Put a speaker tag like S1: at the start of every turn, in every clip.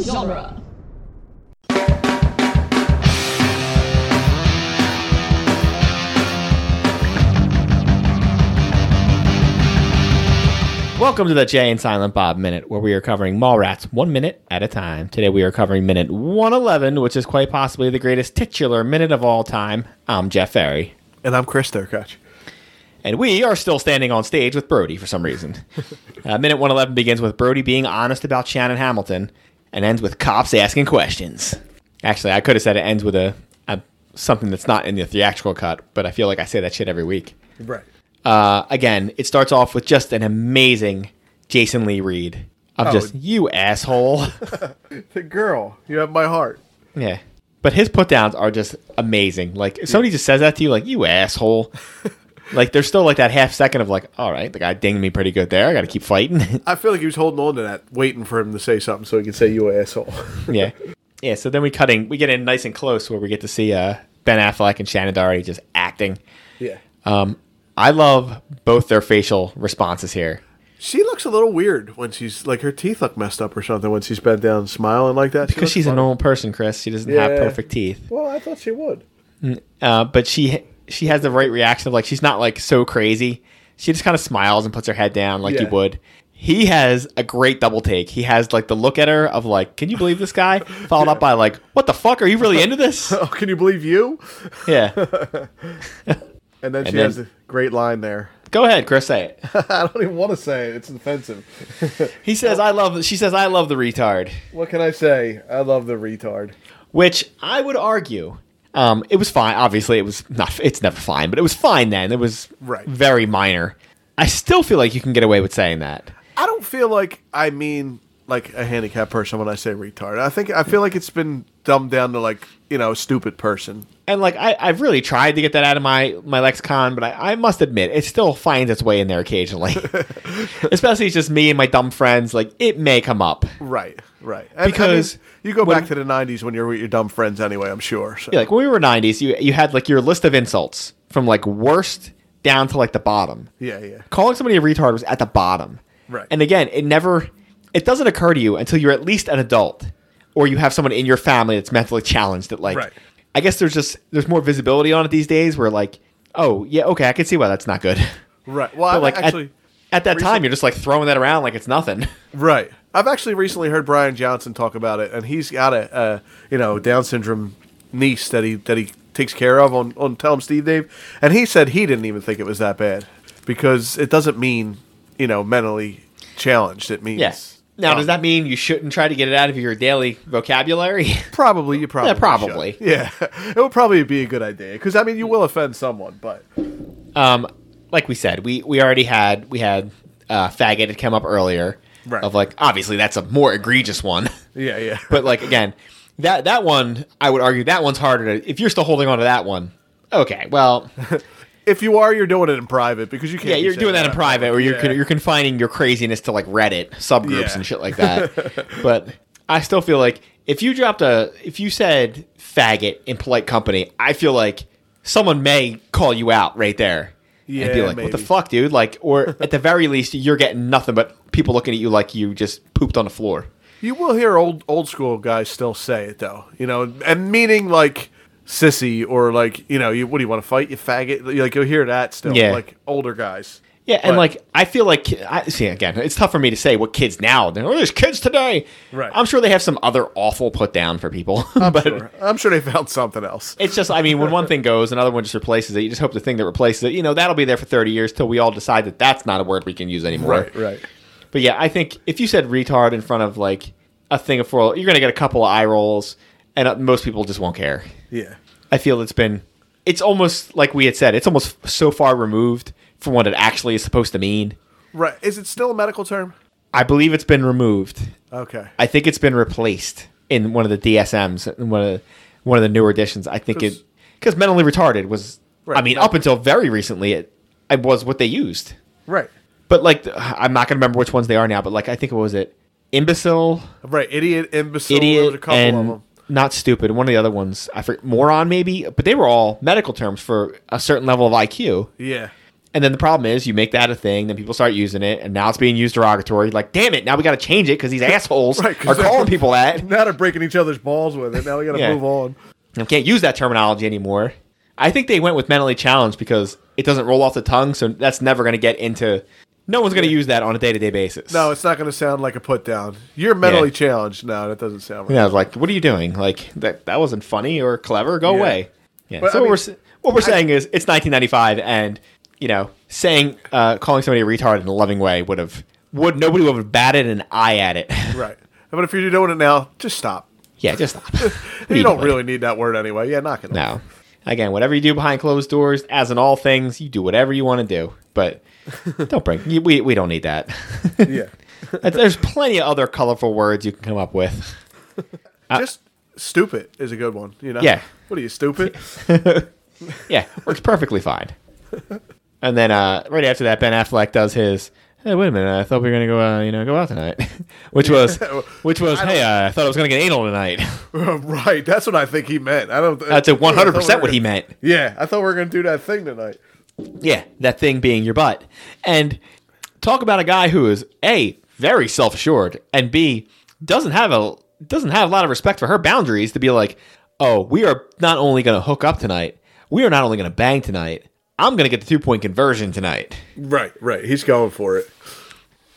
S1: genre.
S2: Welcome to the Jay and Silent Bob Minute, where we are covering Mallrats one minute at a time. Today we are covering minute 111, which is quite possibly the greatest titular minute of all time. I'm Jeff Ferry,
S3: And I'm Chris Durkach.
S2: and we are still standing on stage with Brody for some reason. uh, minute 111 begins with Brody being honest about Shannon Hamilton and ends with cops asking questions. Actually, I could have said it ends with a, a something that's not in the theatrical cut, but I feel like I say that shit every week.
S3: Right.
S2: Uh, again, it starts off with just an amazing Jason Lee Reed of
S3: Oh.
S2: just you asshole.
S3: The girl, you have my heart.
S2: yeah. But his put downs are just amazing. Like if somebody just says that to you, like you asshole. like there's still like that half second of like, all right, the guy dinged me pretty good there. I got to keep fighting.
S3: I feel like he was holding on to that, waiting for him to say something so he could say you asshole.
S2: yeah, yeah. So then we cutting, we get in nice and close where we get to see uh, Ben Affleck and Shannon Doherty just acting.
S3: yeah.
S2: I love both their facial responses here.
S3: She looks a little weird when she's like her teeth look messed up or something when she's bent down smiling like that. She
S2: Because
S3: looks
S2: she's a
S3: funny.
S2: normal person, Chris. She doesn't have
S3: Yeah.
S2: perfect teeth.
S3: Well, I thought she would.
S2: uh, but she she has the right reaction of like she's not like so crazy. She just kind of smiles and puts her head down like you
S3: Yeah.
S2: would. He has a great double take. He has like the look at her of like, can you believe this guy? Followed up by like, what the fuck? Are you really into this?
S3: Oh, can you believe you?
S2: Yeah.
S3: And then
S2: And
S3: she
S2: then-
S3: has a great line there.
S2: Go ahead, Chris, say it.
S3: I don't even want to say it. It's offensive.
S2: He says, I love, she says, I love the retard,
S3: What can I say? I love the retard.
S2: which I would argue. Um, it was fine. Obviously, it was not. It's never fine, but it was fine then. It was
S3: Right.
S2: very minor. I still feel like you can get away with saying that.
S3: I don't feel like I mean like a handicapped person when I say retard. I think I feel like it's been dumbed down to like you know stupid person.
S2: and like I, I've really tried to get that out of my my lexicon, but I, I must admit it still finds its way in there occasionally. Especially it's just me and my dumb friends. Like it may come up.
S3: Right, right. And, I mean,
S2: Because
S3: you go
S2: when-
S3: back to the '90s when you're with your dumb friends anyway. I'm sure. So.
S2: Yeah, like when we were '90s, you you had like your list of insults from like worst down to like the bottom.
S3: yeah, yeah.
S2: Calling somebody a retard was at the bottom.
S3: Right.
S2: And again, it never it doesn't occur to you until you're at least an adult or you have someone in your family that's mentally challenged that like
S3: Right.
S2: I guess there's just there's more visibility on it these days where like, oh yeah, okay, I can see why that's not good.
S3: Right. Well,
S2: But,
S3: I've
S2: like at-
S3: actually,
S2: at, that time,
S3: recent-
S2: you're just like throwing that around like it's nothing.
S3: right. I've actually recently heard Brian Johnson talk about it, and he's got a, uh you know Down syndrome niece that he that he takes care of on on Tell Him Steve Dave, and he said he didn't even think it was that bad because it doesn't mean you know mentally challenged. It means Oh,
S2: Yes. Now, does that mean you shouldn't try to get it out of your daily vocabulary?
S3: Probably, you probably.
S2: Yeah, probably.
S3: should. Yeah, it would probably be a good idea because I mean, you will offend someone, but
S2: um, like we said, we we already had we had uh, faggot had come up earlier.
S3: Right.
S2: Of like, obviously that's a more egregious one,
S3: yeah, yeah,
S2: but like again, that that one I would argue that one's harder. to If you're still holding on to that one, okay, well,
S3: if you are, you're doing it in private because you can't.
S2: yeah,
S3: be
S2: you're
S3: saying
S2: doing that in private, or you're
S3: Yeah.
S2: you're confining your craziness to like Reddit subgroups
S3: Yeah.
S2: and shit like that. but I still feel like if you dropped a if you said faggot in polite company, I feel like someone may call you out right there. and be
S3: Yeah,
S2: like, what the
S3: maybe.
S2: fuck, dude? Like, or at the very least, you're getting nothing but people looking at you like you just pooped on the floor.
S3: You will hear old old school guys still say it though, you know, and meaning like sissy or like you know, you what do you want to fight, you faggot? Like you'll hear that still,
S2: Yeah.
S3: like older guys.
S2: Yeah, and
S3: But-
S2: like I feel like ki- I see again. It's tough for me to say what kids now. They're, oh, there's kids today.
S3: Right.
S2: I'm sure they have some other awful put down for people. but
S3: Sure. I'm sure they found something else.
S2: It's just, I mean, when one thing goes, another one just replaces it. You just hope the thing that replaces it, you know, that'll be there for 30 years till we all decide that that's not a word we can use anymore.
S3: right.
S2: But yeah, I think if you said retard in front of like a thing of four, you're going to get a couple of eye rolls, and uh, most people just won't care.
S3: Yeah,
S2: I feel it's been, it's almost like we had said, it's almost so far removed from what it actually is supposed to mean.
S3: right. Is it still a medical term?
S2: I believe it's been removed.
S3: Okay.
S2: I think it's been replaced in one of the DSMs, in one of the, one of the newer editions. I think it because mentally retarded was. I
S3: Right,
S2: mean,
S3: right.
S2: up until very recently, it it was what they used.
S3: Right.
S2: But like, th- I'm not gonna remember which ones they are now. But like, I think it was it imbecile,
S3: Right. Idiot, imbecile. There's a
S2: idiot,
S3: couple of
S2: and
S3: them.
S2: not stupid. One of the other ones, I forget, moron maybe. But they were all medical terms for a certain level of IQ.
S3: Yeah.
S2: And then the problem is, you make that a thing, then people start using it, and now it's being used derogatory. Like, damn it! Now we got to change it because these assholes
S3: Right, 'cause
S2: are
S3: they're-
S2: calling people that.
S3: Now they're breaking each other's balls with it. Now we got to
S2: Yeah.
S3: move on.
S2: and can't use that terminology anymore. I think they went with mentally challenged because it doesn't roll off the tongue, so that's never going to get into. No one's going to use that on a day to day basis.
S3: No, it's not going to sound like a put down. You're mentally
S2: Yeah.
S3: challenged. No, that doesn't sound right.
S2: Yeah, like, what are you doing? Like that that wasn't funny or clever. Go
S3: Yeah.
S2: away. Yeah.
S3: But,
S2: so
S3: I
S2: what
S3: mean,
S2: we're s- what we're saying is it's 1995, and you know, saying uh, calling somebody a retard in a loving way would have would nobody would have batted an eye at it.
S3: Right. But if you're doing it now, just stop.
S2: yeah, just stop.
S3: You don't
S2: Anyway.
S3: really need that word anyway. Yeah, knock it off.
S2: No. Again, whatever you do behind closed doors, as in all things, you do whatever you want to do. But don't bring you- we we don't need that.
S3: Yeah.
S2: That's- There's plenty of other colorful words you can come up with.
S3: just stupid is a good one. You know.
S2: Uh, Yeah.
S3: What are you stupid?
S2: Yeah, works perfectly fine. And then uh, right after that, Ben Affleck does his. Hey, wait a minute! I thought we were gonna go, uh, you know, go out tonight, which was, which was. hey, uh, I thought I was gonna get anal tonight.
S3: right. That's what I think he meant. I don't.
S2: That's a
S3: I thought we were
S2: 100 percent what
S3: gonna-
S2: he meant.
S3: Yeah, I thought we were going to do that thing tonight.
S2: Yeah, that thing being your butt. And talk about a guy who is A, very self assured, and B, doesn't have a doesn't have a lot of respect for her boundaries to be like, oh, we are not only gonna hook up tonight, we are not only gonna bang tonight, I'm gonna get the two point conversion tonight.
S3: Right. Right. He's going for it.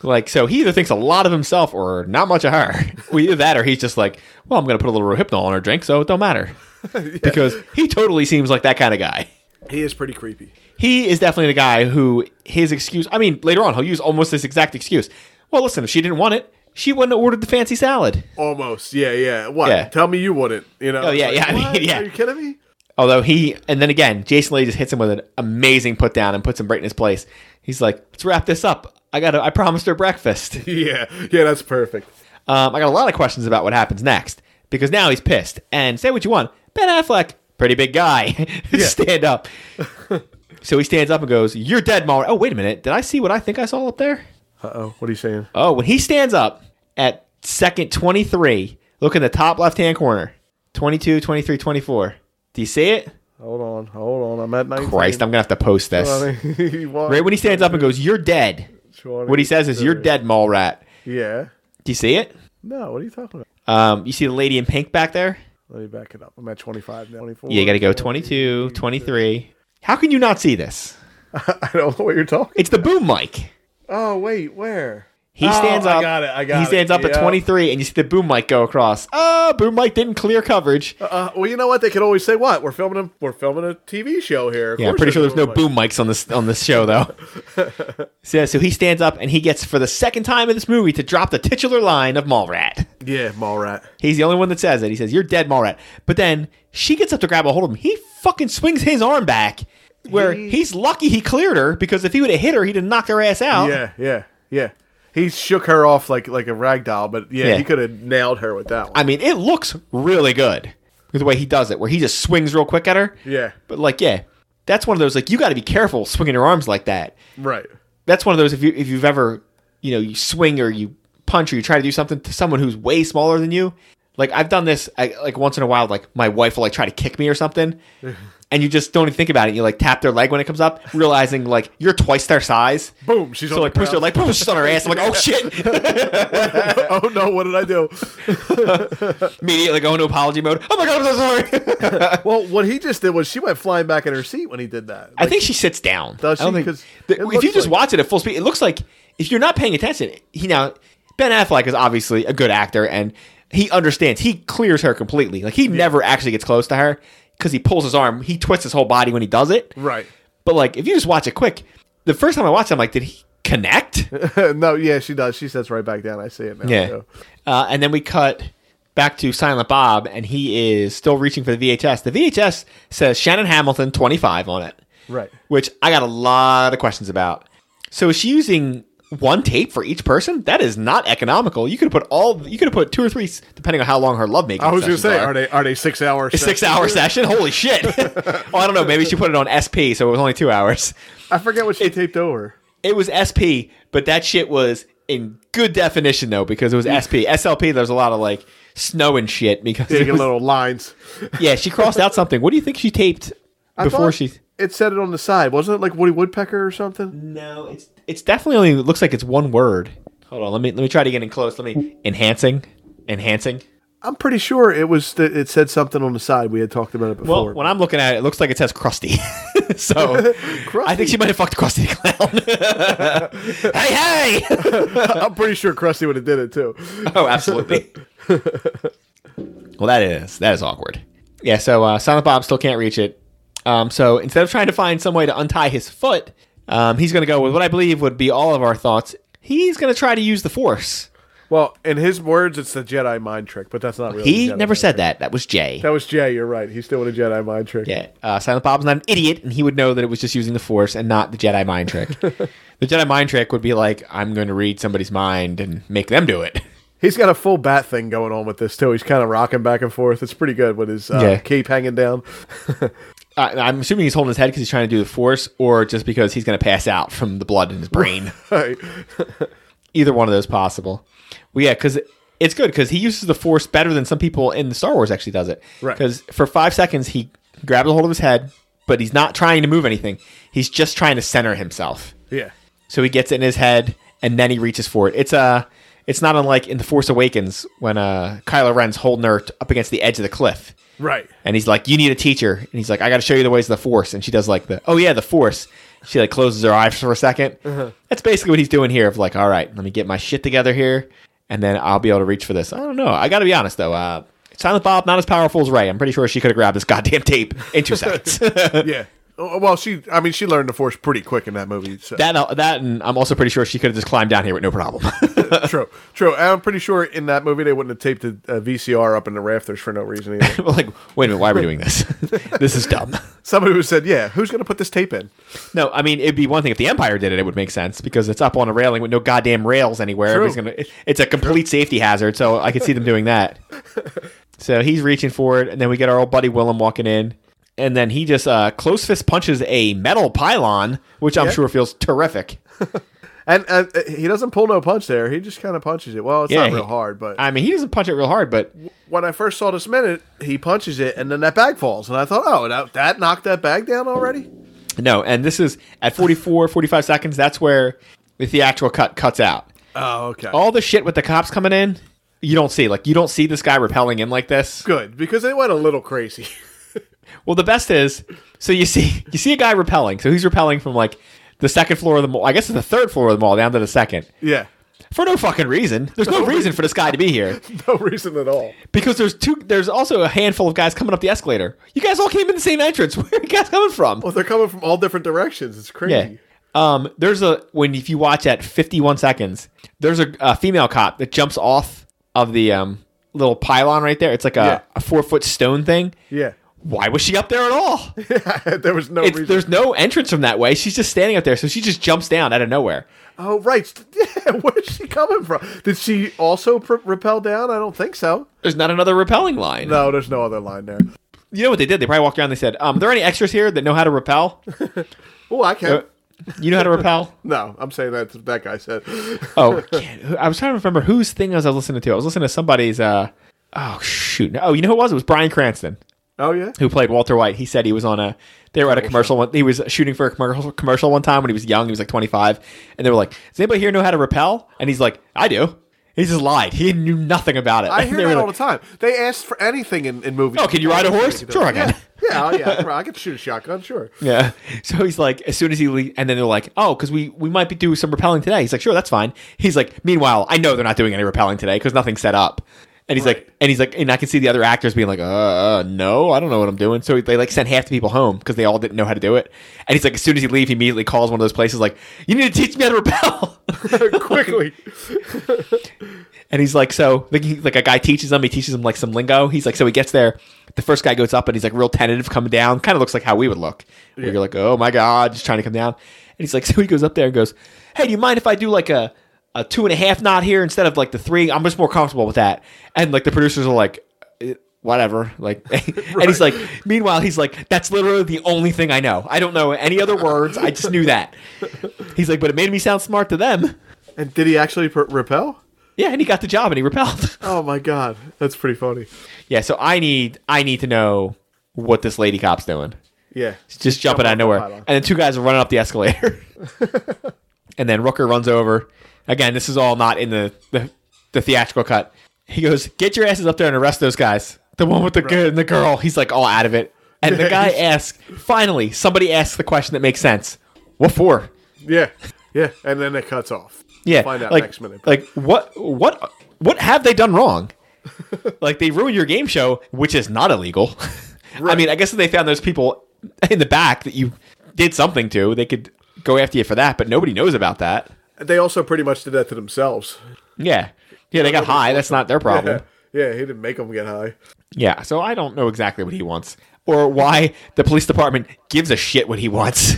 S2: Like, so he either thinks a lot of himself or not much of her. well, either that or he's just like, well, I'm gonna put a little rohypnol in her drink, so it don't matter. Because he totally seems like that kind of guy.
S3: He is pretty creepy.
S2: he is definitely the guy who his excuse. I mean, later on he'll use almost this exact excuse. Well, listen, if she didn't want it, she wouldn't have ordered the fancy salad.
S3: Almost. Yeah. Yeah. What?
S2: Yeah.
S3: Tell me you wouldn't. You know.
S2: Oh, yeah,
S3: It's
S2: yeah, I mean,
S3: what?
S2: yeah.
S3: Are you kidding me?
S2: Although he, and then again, Jason Lee just hits him with an amazing put down and puts him right in his place. He's like, "Let's wrap this up. I got, to I promised her breakfast.
S3: Yeah. Yeah. That's perfect.
S2: Um, I got a lot of questions about what happens next because now he's pissed. And say what you want, Ben Affleck, pretty big guy, stand up. so he stands up and goes, "You're dead, Maury." Oh, wait a minute, did I see what I think I saw up there?
S3: Uh oh. What are you saying?
S2: Oh, when he stands up at second 23, look in the top left hand corner 22, 23, 24. Do you see it?
S3: Hold on. Hold on. I'm at night.
S2: Christ, I'm going to have to post this. Right when he stands up and goes, You're dead. What he says is, You're dead, mall rat.
S3: Yeah.
S2: Do you see it?
S3: No. What are you talking about?
S2: Um, you see the lady in pink back there?
S3: Let me back it up. I'm at 25 now. 24.
S2: Yeah, you got to go 22, 23. How can you not see this?
S3: I don't know what you're talking.
S2: It's the boom mic.
S3: Oh wait, where?
S2: He
S3: Oh,
S2: stands
S3: I
S2: up.
S3: got it, I got
S2: he
S3: it,
S2: stands up at
S3: yeah.
S2: 23, and you see the boom mic go across. Oh, boom mic didn't clear coverage.
S3: Uh, well, you know what? They could always say, "What? We're filming a we're filming a TV show here." Of
S2: Yeah, I'm
S3: course
S2: pretty sure there's no boom
S3: filming-
S2: mics on this on this show though. so, yeah, so he stands up and he gets for the second time in this movie to drop the titular line of Mallrat.
S3: Yeah, Mallrat.
S2: He's the only one that says it. He says, "You're dead, Mallrat." But then she gets up to grab a hold of him. He fucking swings his arm back, where
S3: He-
S2: he's lucky he cleared her because if he would have hit her, he'd have knocked her ass out.
S3: Yeah, yeah, yeah. He shook her off like like a rag doll, but yeah,
S2: Yeah.
S3: he could have nailed her with that one.
S2: I mean, it looks really good the way he does it, where he just swings real quick at her.
S3: yeah,
S2: But like, yeah, that's one of those like you got to be careful swinging your arms like that.
S3: right.
S2: that's one of those if you if you've ever you know you swing or you punch or you try to do something to someone who's way smaller than you like i've done this I, like once in a while like my wife will like try to kick me or something and you just don't even think about it you like tap their leg when it comes up realizing like you're twice their size
S3: Boom. She's
S2: so
S3: on
S2: like
S3: the
S2: push their leg boom, she's on her ass i'm like oh shit
S3: ground. oh no, what did I do?
S2: immediately go into apology mode oh my god i'm so sorry
S3: Well, what he just did was she went flying back in her seat when he did that.
S2: I think she sits down.
S3: Does
S2: I don't
S3: she?
S2: think-
S3: 'Cause
S2: the-
S3: it
S2: if
S3: looks
S2: you just
S3: like-
S2: watch it at full speed, it looks like if you're not paying attention, he now Ben Affleck is obviously a good actor and he understands. He clears her completely. Like he never actually gets close to her because he pulls his arm. He twists his whole body when he does it.
S3: Right.
S2: But like if you just watch it quick, the first time I watched, it, I'm like, did he connect?
S3: no, yeah, she does. She sits right back down. I see it now.
S2: Yeah.
S3: so.
S2: Uh, and then we cut back to Silent Bob, and he is still reaching for the VHS. The VHS says Shannon Hamilton 25 on it.
S3: Right.
S2: Which I got a lot of questions about. So is she using one tape for each person? That is not economical. You could have put all. You could have put two or three, s- depending on how long her love making.
S3: I was gonna say,
S2: are
S3: are they are they six hours?
S2: six hour session? Holy shit! oh, I don't know. Maybe she put it on SP, so it was only two hours.
S3: I forget what she taped over.
S2: It was SP, but that shit was in good definition though because it was SP. SLP, there's a lot of like snow and shit because it
S3: Taking
S2: was-
S3: little lines.
S2: yeah, she crossed out something. What do you think she taped before
S3: thought-
S2: she?
S3: it said it on the side, wasn't it? Like Woody Woodpecker or something.
S2: No, it's it's definitely only it looks like it's one word. Hold on, let me let me try to get in close. Let me enhancing, enhancing.
S3: I'm pretty sure it was. Th- it said something on the side. We had talked about it
S2: Well,
S3: before.
S2: when I'm looking at it, it looks like it says Krusty. so I think she might have fucked Krusty the Clown. hey, hey!
S3: I'm pretty sure Krusty would have did it too.
S2: oh, absolutely. well, that is that is awkward. Yeah. So uh, Silent Bob still can't reach it. Um, so instead of trying to find some way to untie his foot, um, he's going to go with what I believe would be all of our thoughts. He's going to try to use the Force.
S3: Well, in his words, it's the Jedi mind trick, but that's not really.
S2: He
S3: the Jedi
S2: never
S3: mind
S2: said
S3: trick.
S2: that. That was Jay.
S3: That was Jay. You're right. He's still in a Jedi mind trick.
S2: Yeah, uh, Silent Bob's not an idiot, and he would know that it was just using the Force and not the Jedi mind trick. the Jedi mind trick would be like, I'm going to read somebody's mind and make them do it.
S3: He's got a full bat thing going on with this too. He's kind of rocking back and forth. It's pretty good with his uh,
S2: Yeah.
S3: cape hanging down.
S2: Uh, I'm assuming he's holding his head because he's trying to do the Force, or just because he's going to pass out from the blood in his brain.
S3: Right.
S2: Either one of those possible. Well, yeah, because it's good because he uses the Force better than some people in the Star Wars actually does it.
S3: Right.
S2: Because for five seconds he grabs a hold of his head, but he's not trying to move anything. He's just trying to center himself.
S3: yeah.
S2: So he gets it in his head, and then he reaches for it. It's uh, it's not unlike in The Force Awakens when uh, Kylo Ren's holding her t- up against the edge of the cliff,
S3: Right.
S2: and he's like, "You need a teacher," and he's like, "I got to show you the ways of the Force," and she does like the, "Oh yeah, the Force." She like closes her eyes for a 2nd That's basically what he's doing here. Of like, all right, let me get my shit together here, and then I'll be able to reach for this. I don't know. I got to be honest though. Uh, Silent Bob not as powerful as Ray. I'm pretty sure she could have grabbed this goddamn tape in two seconds.
S3: Yeah. Oh, Well, she. I mean, she learned the force pretty quick in that movie. So.
S2: that uh, that, and I'm also pretty sure she could have just climbed down here with no problem.
S3: true. True. And I'm pretty sure in that movie they wouldn't have taped a, a VCR up in the uh, rafters for no reason either.
S2: Well, like, wait a minute, why are we doing this? this is dumb.
S3: Somebody who said, "Yeah, who's going to put this tape in?"
S2: No, I mean it'd be one thing if the Empire did it; it would make sense because it's up on a railing with no goddamn rails anywhere.
S3: True.
S2: It's gonna- it- it's a complete safety hazard, so I could see them doing that. so he's reaching for it, and then we get our old buddy Willem walking in, and then he just uh, close fist punches a metal pylon, which I'm
S3: Yeah.
S2: sure feels terrific.
S3: And uh, he doesn't pull no punch there. He just kind of punches it. Well, it's
S2: Yeah,
S3: not real
S2: he-
S3: hard, but
S2: I mean, he doesn't punch it real hard, but
S3: when I first saw this minute, he punches it, and then that bag falls, and I thought, "Oh, that, that knocked that bag down already."
S2: no. And this is at 44, 45 seconds. That's where the actual cut cuts out.
S3: Oh, okay.
S2: all the shit with the cops coming in, you don't see. Like you don't see this guy rappelling in like this.
S3: good because they went a little crazy.
S2: Well, the best is so you see you see a guy rappelling. So he's rappelling from like the second floor of the mall. I guess it's the third floor of the mall down to the second
S3: yeah,
S2: for no fucking reason. There's no reason for this guy to be here
S3: no reason at all.
S2: because there's two. There's also a handful of guys coming up the escalator. You guys all came in the same entrance. Where are you guys coming from?
S3: Well, they're coming from all different directions. It's
S2: Yeah.
S3: crazy.
S2: Um, there's a when if you watch at 51 seconds, there's a, a female cop that jumps off of the um, little pylon right there. It's like a,
S3: Yeah.
S2: a four foot stone thing.
S3: Yeah,
S2: Why was she up there at all?
S3: there was no
S2: It's,
S3: reason.
S2: there's no entrance from that way. She's just standing up there, so she just jumps down out of nowhere.
S3: Oh, right. Yeah, where's she coming from? Did she also pr- rappel down? I don't think so.
S2: There's not another rappelling line.
S3: No, there's no other line there.
S2: You know what they did? They probably walked around. And they said, um, "Are there any extras here that know how to rappel?
S3: Oh, I
S2: Uh,
S3: can't.
S2: you know how to rappel?"
S3: No, I'm saying that that guy said.
S2: Oh, can't- who- I was trying to remember whose thing I was listening to. I was listening to somebody's. Uh, oh shoot! Oh, you know who it was? It was Brian Cranston.
S3: Oh yeah.
S2: who played Walter White, he said he was on a they were at a commercial one he was shooting for a commercial commercial one time when he was young, he was like 25, and they were like, "Does anybody here know how to rappel?" And he's like, "I do." He just lied. He knew nothing about it.
S3: I hear
S2: They were
S3: that all the
S2: like,
S3: time. They asked for anything in, in movies.
S2: "Oh, can you ride a horse?" Sure, I can.
S3: Yeah, yeah, oh, yeah. I can shoot a shotgun. Sure.
S2: Yeah. So he's like, as soon as he leaves, and then they're like, "Oh, because we we might be doing some rappelling today." He's like, "Sure, that's fine." He's like, "Meanwhile, I know they're not doing any rappelling today because nothing's set up." And he's
S3: Right.
S2: like, and he's like, and I can see the other actors being like, uh, uh, no, I don't know what I'm doing. So they like sent half the people home because they all didn't know how to do it. And he's like, as soon as he leaves, he immediately calls one of those places like, you need to teach me how to rappel.
S3: Quickly.
S2: And he's like, so like, he, like a guy teaches him, he teaches him like some lingo. He's like, so he gets there. The first guy goes up and he's like real tentative coming down. Kind of looks like how we would look. Where You're like, oh my God, just trying to come down. And he's like, so he goes up there and goes, hey, do you mind if I do like a, a two and a half knot here instead of like the three? I'm just more comfortable with that. And like the producers are like, "Eh, whatever. Like, and he's like, meanwhile, he's like, that's literally the only thing I know. I don't know any other words. I just knew that. He's like, but it made me sound smart to them.
S3: And did he actually per- repel?
S2: Yeah, and he got the job and he repelled.
S3: Oh my god, that's pretty funny.
S2: Yeah, so I need I need to know what this lady cop's doing.
S3: Yeah.
S2: He's just jumping out
S3: Jump off
S2: of
S3: the
S2: nowhere.
S3: pylon.
S2: And the two guys are running up the escalator. and then Rooker runs over. Again, this is all not in the, the, the theatrical cut. He goes, Get your asses up there and arrest those guys. The one with the good and the girl. He's like all out of it. And the guy asks, finally, somebody asks the question that makes sense. What for?
S3: Yeah. Yeah. And then it cuts off.
S2: Yeah.
S3: Find out
S2: like,
S3: next minute.
S2: Like what what what have they done wrong? like they ruined your game show, which is not illegal. I
S3: Right.
S2: mean, I guess if they found those people in the back that you did something to, they could go after you for that, but nobody knows about that.
S3: They also pretty much did that to themselves.
S2: Yeah. Yeah, they got high. That's not their problem.
S3: Yeah. Yeah. He didn't make them get high.
S2: Yeah. So I don't know exactly what he wants or why the police department gives a shit what he wants.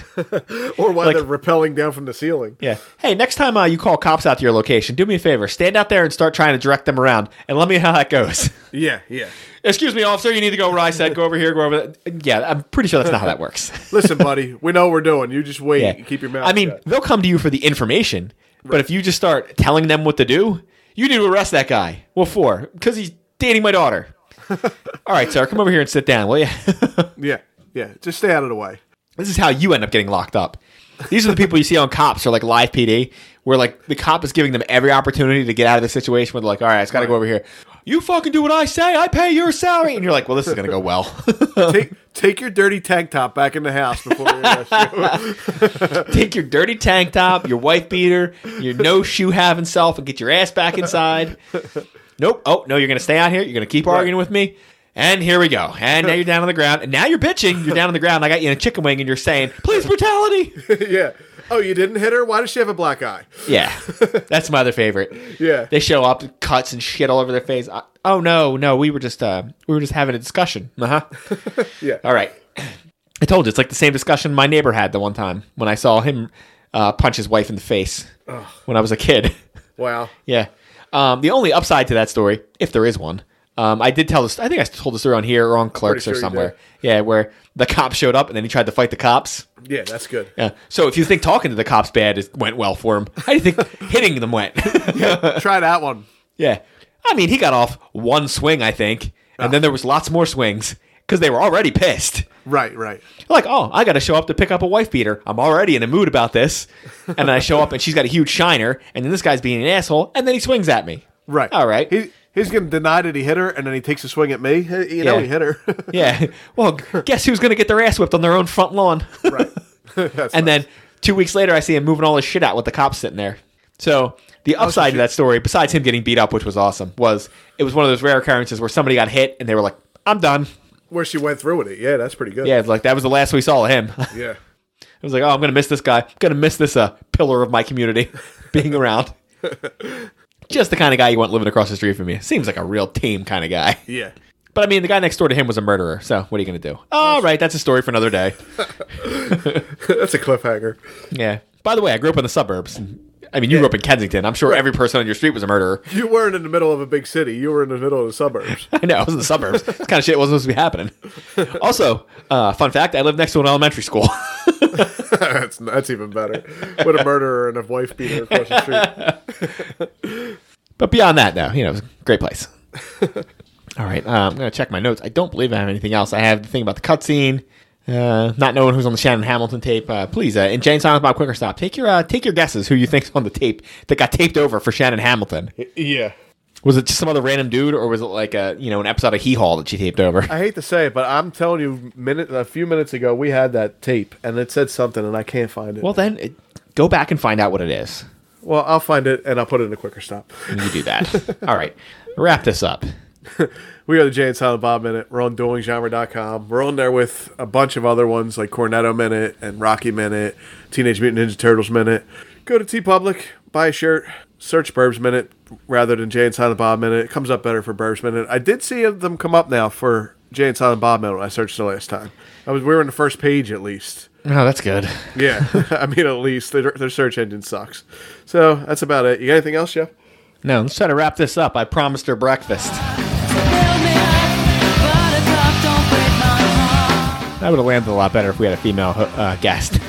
S3: Or why they're rappelling down from the ceiling.
S2: Yeah. Hey, next time uh, you call cops out to your location, do me a favor. Stand out there and start trying to direct them around and let me know how that goes.
S3: Yeah. Yeah.
S2: Excuse me, officer. You need to go where I said. Go over here. Go over. There. Yeah, I'm pretty sure that's not how that works.
S3: Listen, buddy, we know what we're doing. You just wait.
S2: Yeah.
S3: Keep your mouth
S2: I mean,
S3: shut.
S2: they'll come to you for the information, but if you just start telling them what to do, you need to arrest that guy. What for? Because he's dating my daughter. All right, sir. Come over here and sit down, will you?
S3: Yeah. Yeah. Just stay out of the way.
S2: this is how you end up getting locked up. These are the people you see on cops or like live PD, where like the cop is giving them every opportunity to get out of the situation where they're like, all right, it's got to go over here. You fucking do what I say. I pay your salary. And you're like, well, this is going to go well.
S3: Take take your dirty tank top back in the house before we arrest you.
S2: take your dirty tank top, your wife beater, your no shoe having self, and get your ass back inside. Nope. Oh no, you're gonna stay out here. You're gonna keep arguing with me. And here we go. And now you're down on the ground. And now you're bitching. You're down on the ground. I got you in a chicken wing, and you're saying, "Police brutality."
S3: yeah. Oh, you didn't hit her? Why does she have a black eye?
S2: Yeah, that's my other favorite.
S3: Yeah.
S2: They show up, cuts and shit all over their face. Uh, Oh no, no, we were just uh, we were just having a discussion. Uh huh.
S3: Uh-huh. Yeah.
S2: All right. I told you it's like the same discussion my neighbor had the one time when I saw him uh, punch his wife in the face when I was a kid.
S3: Wow.
S2: yeah. Um, the only upside to that story, if there is one, um, I did tell this. I think I told the story on here or on Clerks
S3: sure
S2: or
S3: you
S2: somewhere. Yeah, where the cop showed up and then he tried to fight the cops.
S3: Yeah, that's good.
S2: Yeah. So if you think talking to the cops bad is, went well for him, I think hitting them went. Uh.
S3: Try that one.
S2: yeah. I mean, he got off one swing, I think, and then there was lots more swings because they were already pissed.
S3: Right, right.
S2: Like, oh, I got to show up to pick up a wife beater. I'm already in a mood about this, and then I show up and she's got a huge shiner, and then this guy's being an asshole, and then he swings at me.
S3: Right.
S2: All right.
S3: He, he's going to deny that he hit her, and then he takes a swing at me. He- You know,
S2: Yeah.
S3: he hit her.
S2: yeah. Well, guess who's gonna get their ass whipped on their own front lawn?
S3: right. That's
S2: And then two weeks later, I see him moving all his shit out with the cops sitting there. Oh, So the upside to
S3: she-
S2: that story, besides him getting beat up, which was awesome, was it was one of those rare occurrences where somebody got hit and they were like, "I'm done."
S3: where she went through with it. Yeah, that's pretty good.
S2: Yeah, it's like that was the last we saw of him. it
S3: Yeah.
S2: was like, "Oh, I'm gonna miss this guy. I'm gonna miss this uh, pillar of my community being around." Just the kind of guy you want living across the street from you. Seems like a real tame kind of guy.
S3: Yeah.
S2: But I mean, the guy next door to him was a murderer. So what are you gonna do? All right, that's a story for another day.
S3: that's a cliffhanger.
S2: Yeah. By the way, I grew up in the suburbs. I mean, you grew up in Kensington. I'm sure every person on your street was a murderer.
S3: You weren't in the middle of a big city. You were in the middle of the suburbs.
S2: I know. I was in the suburbs. this kind of shit wasn't supposed to be happening. Also, uh, fun fact: I lived next to an elementary school.
S3: that's that's even better. With a murderer and a wife beater across the street.
S2: but beyond that, though, you know, it was a great place. All right, uh, I'm gonna check my notes. I don't believe I have anything else. I have the thing about the cutscene. Uh, not knowing who's on the Shannon Hamilton tape, uh, please. Uh, in Jane Silent Bob Quicker Stop, take your uh, take your guesses who you think's on the tape that got taped over for Shannon Hamilton.
S3: Yeah.
S2: Was it just some other random dude, or was it like a you know an episode of Hee Haw that she taped over?
S3: I hate to say it, but I'm telling you, minute a few minutes ago, we had that tape, and it said something, and I can't find it.
S2: Well, then it, go back and find out what it is.
S3: well, I'll find it, and I'll put it in a quicker stop.
S2: And you do that. All right. Wrap this up.
S3: We are the Jay and Silent Bob Minute. We're on duelinggenre.com. We're on there with a bunch of other ones like Cornetto Minute and Rocky Minute, Teenage Mutant Ninja Turtles Minute. Go to T Public, buy a shirt, search Burbs Minute rather than Jay and Silent Bob Minute. It comes up better for Burbs Minute. I did see them come up now for Jay and Silent Bob Minute when I searched the last time. I was we were on the first page at least.
S2: Oh, that's good.
S3: Yeah, I mean, at least their, their search engine sucks. So that's about it. You got anything else, Jeff?
S2: No, let's try to wrap this up. I promised her breakfast.
S1: Build me up, buttercup, don't break my heart.
S2: That would have landed a lot better if we had a female ho- uh, guest.